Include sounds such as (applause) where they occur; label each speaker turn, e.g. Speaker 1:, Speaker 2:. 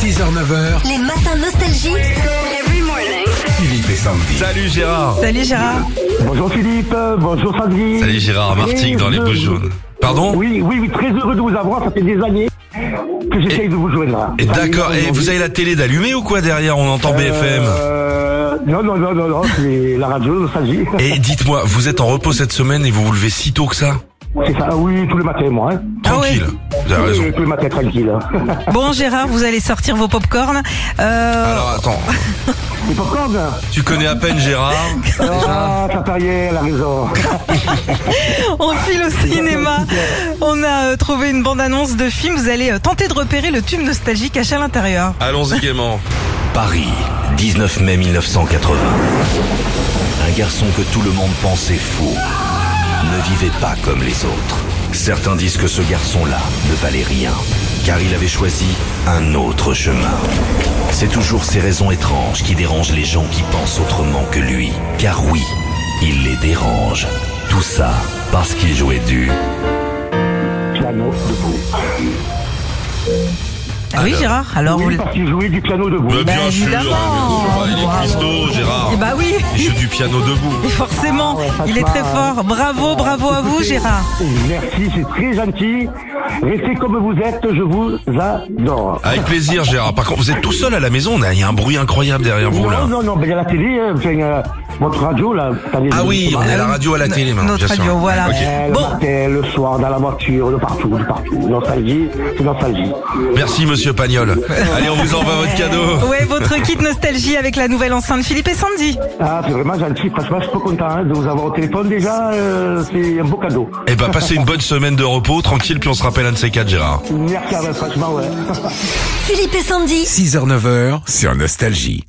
Speaker 1: 6h-9h,
Speaker 2: Les matins nostalgiques. Every morning.
Speaker 1: Philippe et Sandy.
Speaker 3: Salut Gérard
Speaker 4: Salut Gérard.
Speaker 5: Bonjour Philippe, bonjour Sandy.
Speaker 3: Salut Gérard, Martigues dans les
Speaker 5: je-
Speaker 3: Bouches jaunes. Pardon
Speaker 5: Oui, oui, oui, très heureux de vous avoir, ça fait des années que j'essaye de vous joindre. là.
Speaker 3: Et D'accord, et vous avez la télé d'allumée ou quoi derrière On entend BFM
Speaker 5: Euh, Non, non, non, non, non, c'est la radio, nostalgie.
Speaker 3: Et dites-moi, vous êtes en repos cette semaine et vous vous levez si tôt que ça
Speaker 5: C'est ça, oui, tous les matins, moi. hein.
Speaker 3: Tranquille, vous avez raison.
Speaker 5: Oui, Tous les matins, tranquille. (laughs)
Speaker 4: Bon Gérard, vous allez sortir vos popcorns. Euh,
Speaker 3: Alors (laughs) attends,
Speaker 5: Et pourquoi hein
Speaker 3: tu connais à peine Gérard
Speaker 5: Ah, ça, ça y est, elle a raison.
Speaker 4: on file au cinéma. On a euh, trouvé une bande-annonce de film. Vous allez euh, tenter de repérer le tube nostalgique caché à l'intérieur.
Speaker 3: Allons-y gaiement.
Speaker 6: Paris, 19 mai 1980. Un garçon que tout le monde pensait fou ne vivait pas comme les autres. Certains disent que ce garçon-là ne valait rien, car il avait choisi un autre chemin. C'est toujours ces raisons étranges qui dérangent les gens qui pensent autrement que lui, car oui, il les dérange. Tout ça parce qu'il jouait du...
Speaker 5: Piano debout.
Speaker 4: Ah oui Gérard, alors vous
Speaker 5: Oui,
Speaker 4: le-
Speaker 5: parce qu'il jouait du piano debout.
Speaker 3: Mais Bah, bien sûr,
Speaker 4: Bah, évidemment.
Speaker 3: hein, mais bien sûr. il est cuistot Gérard.
Speaker 4: Eh bah oui,
Speaker 3: Il joue du piano debout.
Speaker 4: et (laughs) forcément, il est très fort. Bravo, bravo à vous Gérard.
Speaker 5: Merci, c'est très gentil. Restez comme vous êtes, je vous adore.
Speaker 3: Avec plaisir Gérard, par contre vous êtes tout seul à la maison, là. il y a un bruit incroyable derrière vous
Speaker 5: non,
Speaker 3: là.
Speaker 5: non, non, mais il y a la télé, hein, enfin, euh, votre radio, là. t'as des-
Speaker 3: Ah oui,
Speaker 5: des-
Speaker 3: on est à la radio à la
Speaker 4: No-
Speaker 3: télé maintenant.
Speaker 4: Notre
Speaker 3: bien sûr.
Speaker 4: radio, voilà.
Speaker 3: Ok.
Speaker 5: Euh, Le
Speaker 4: Bon.
Speaker 5: matin, le soir, dans la voiture, de partout, de partout. Nostalgie, c'est nostalgie.
Speaker 3: Merci monsieur Pagnol.
Speaker 4: (laughs)
Speaker 3: Allez, on vous envoie votre cadeau.
Speaker 4: Ouais, votre kit nostalgie avec la nouvelle enceinte Philippe et Sandy.
Speaker 5: Ah, c'est vraiment gentil. Franchement, je suis trop content hein, de vous avoir au téléphone déjà. euh, c'est un beau cadeau.
Speaker 3: Eh ben, passez une bonne semaine de repos, tranquille, puis on se rappelle un de ces quatre, Gérard.
Speaker 5: Merci à vous, franchement, ouais.
Speaker 2: Philippe et Sandy.
Speaker 1: 6h-9h sur Nostalgie.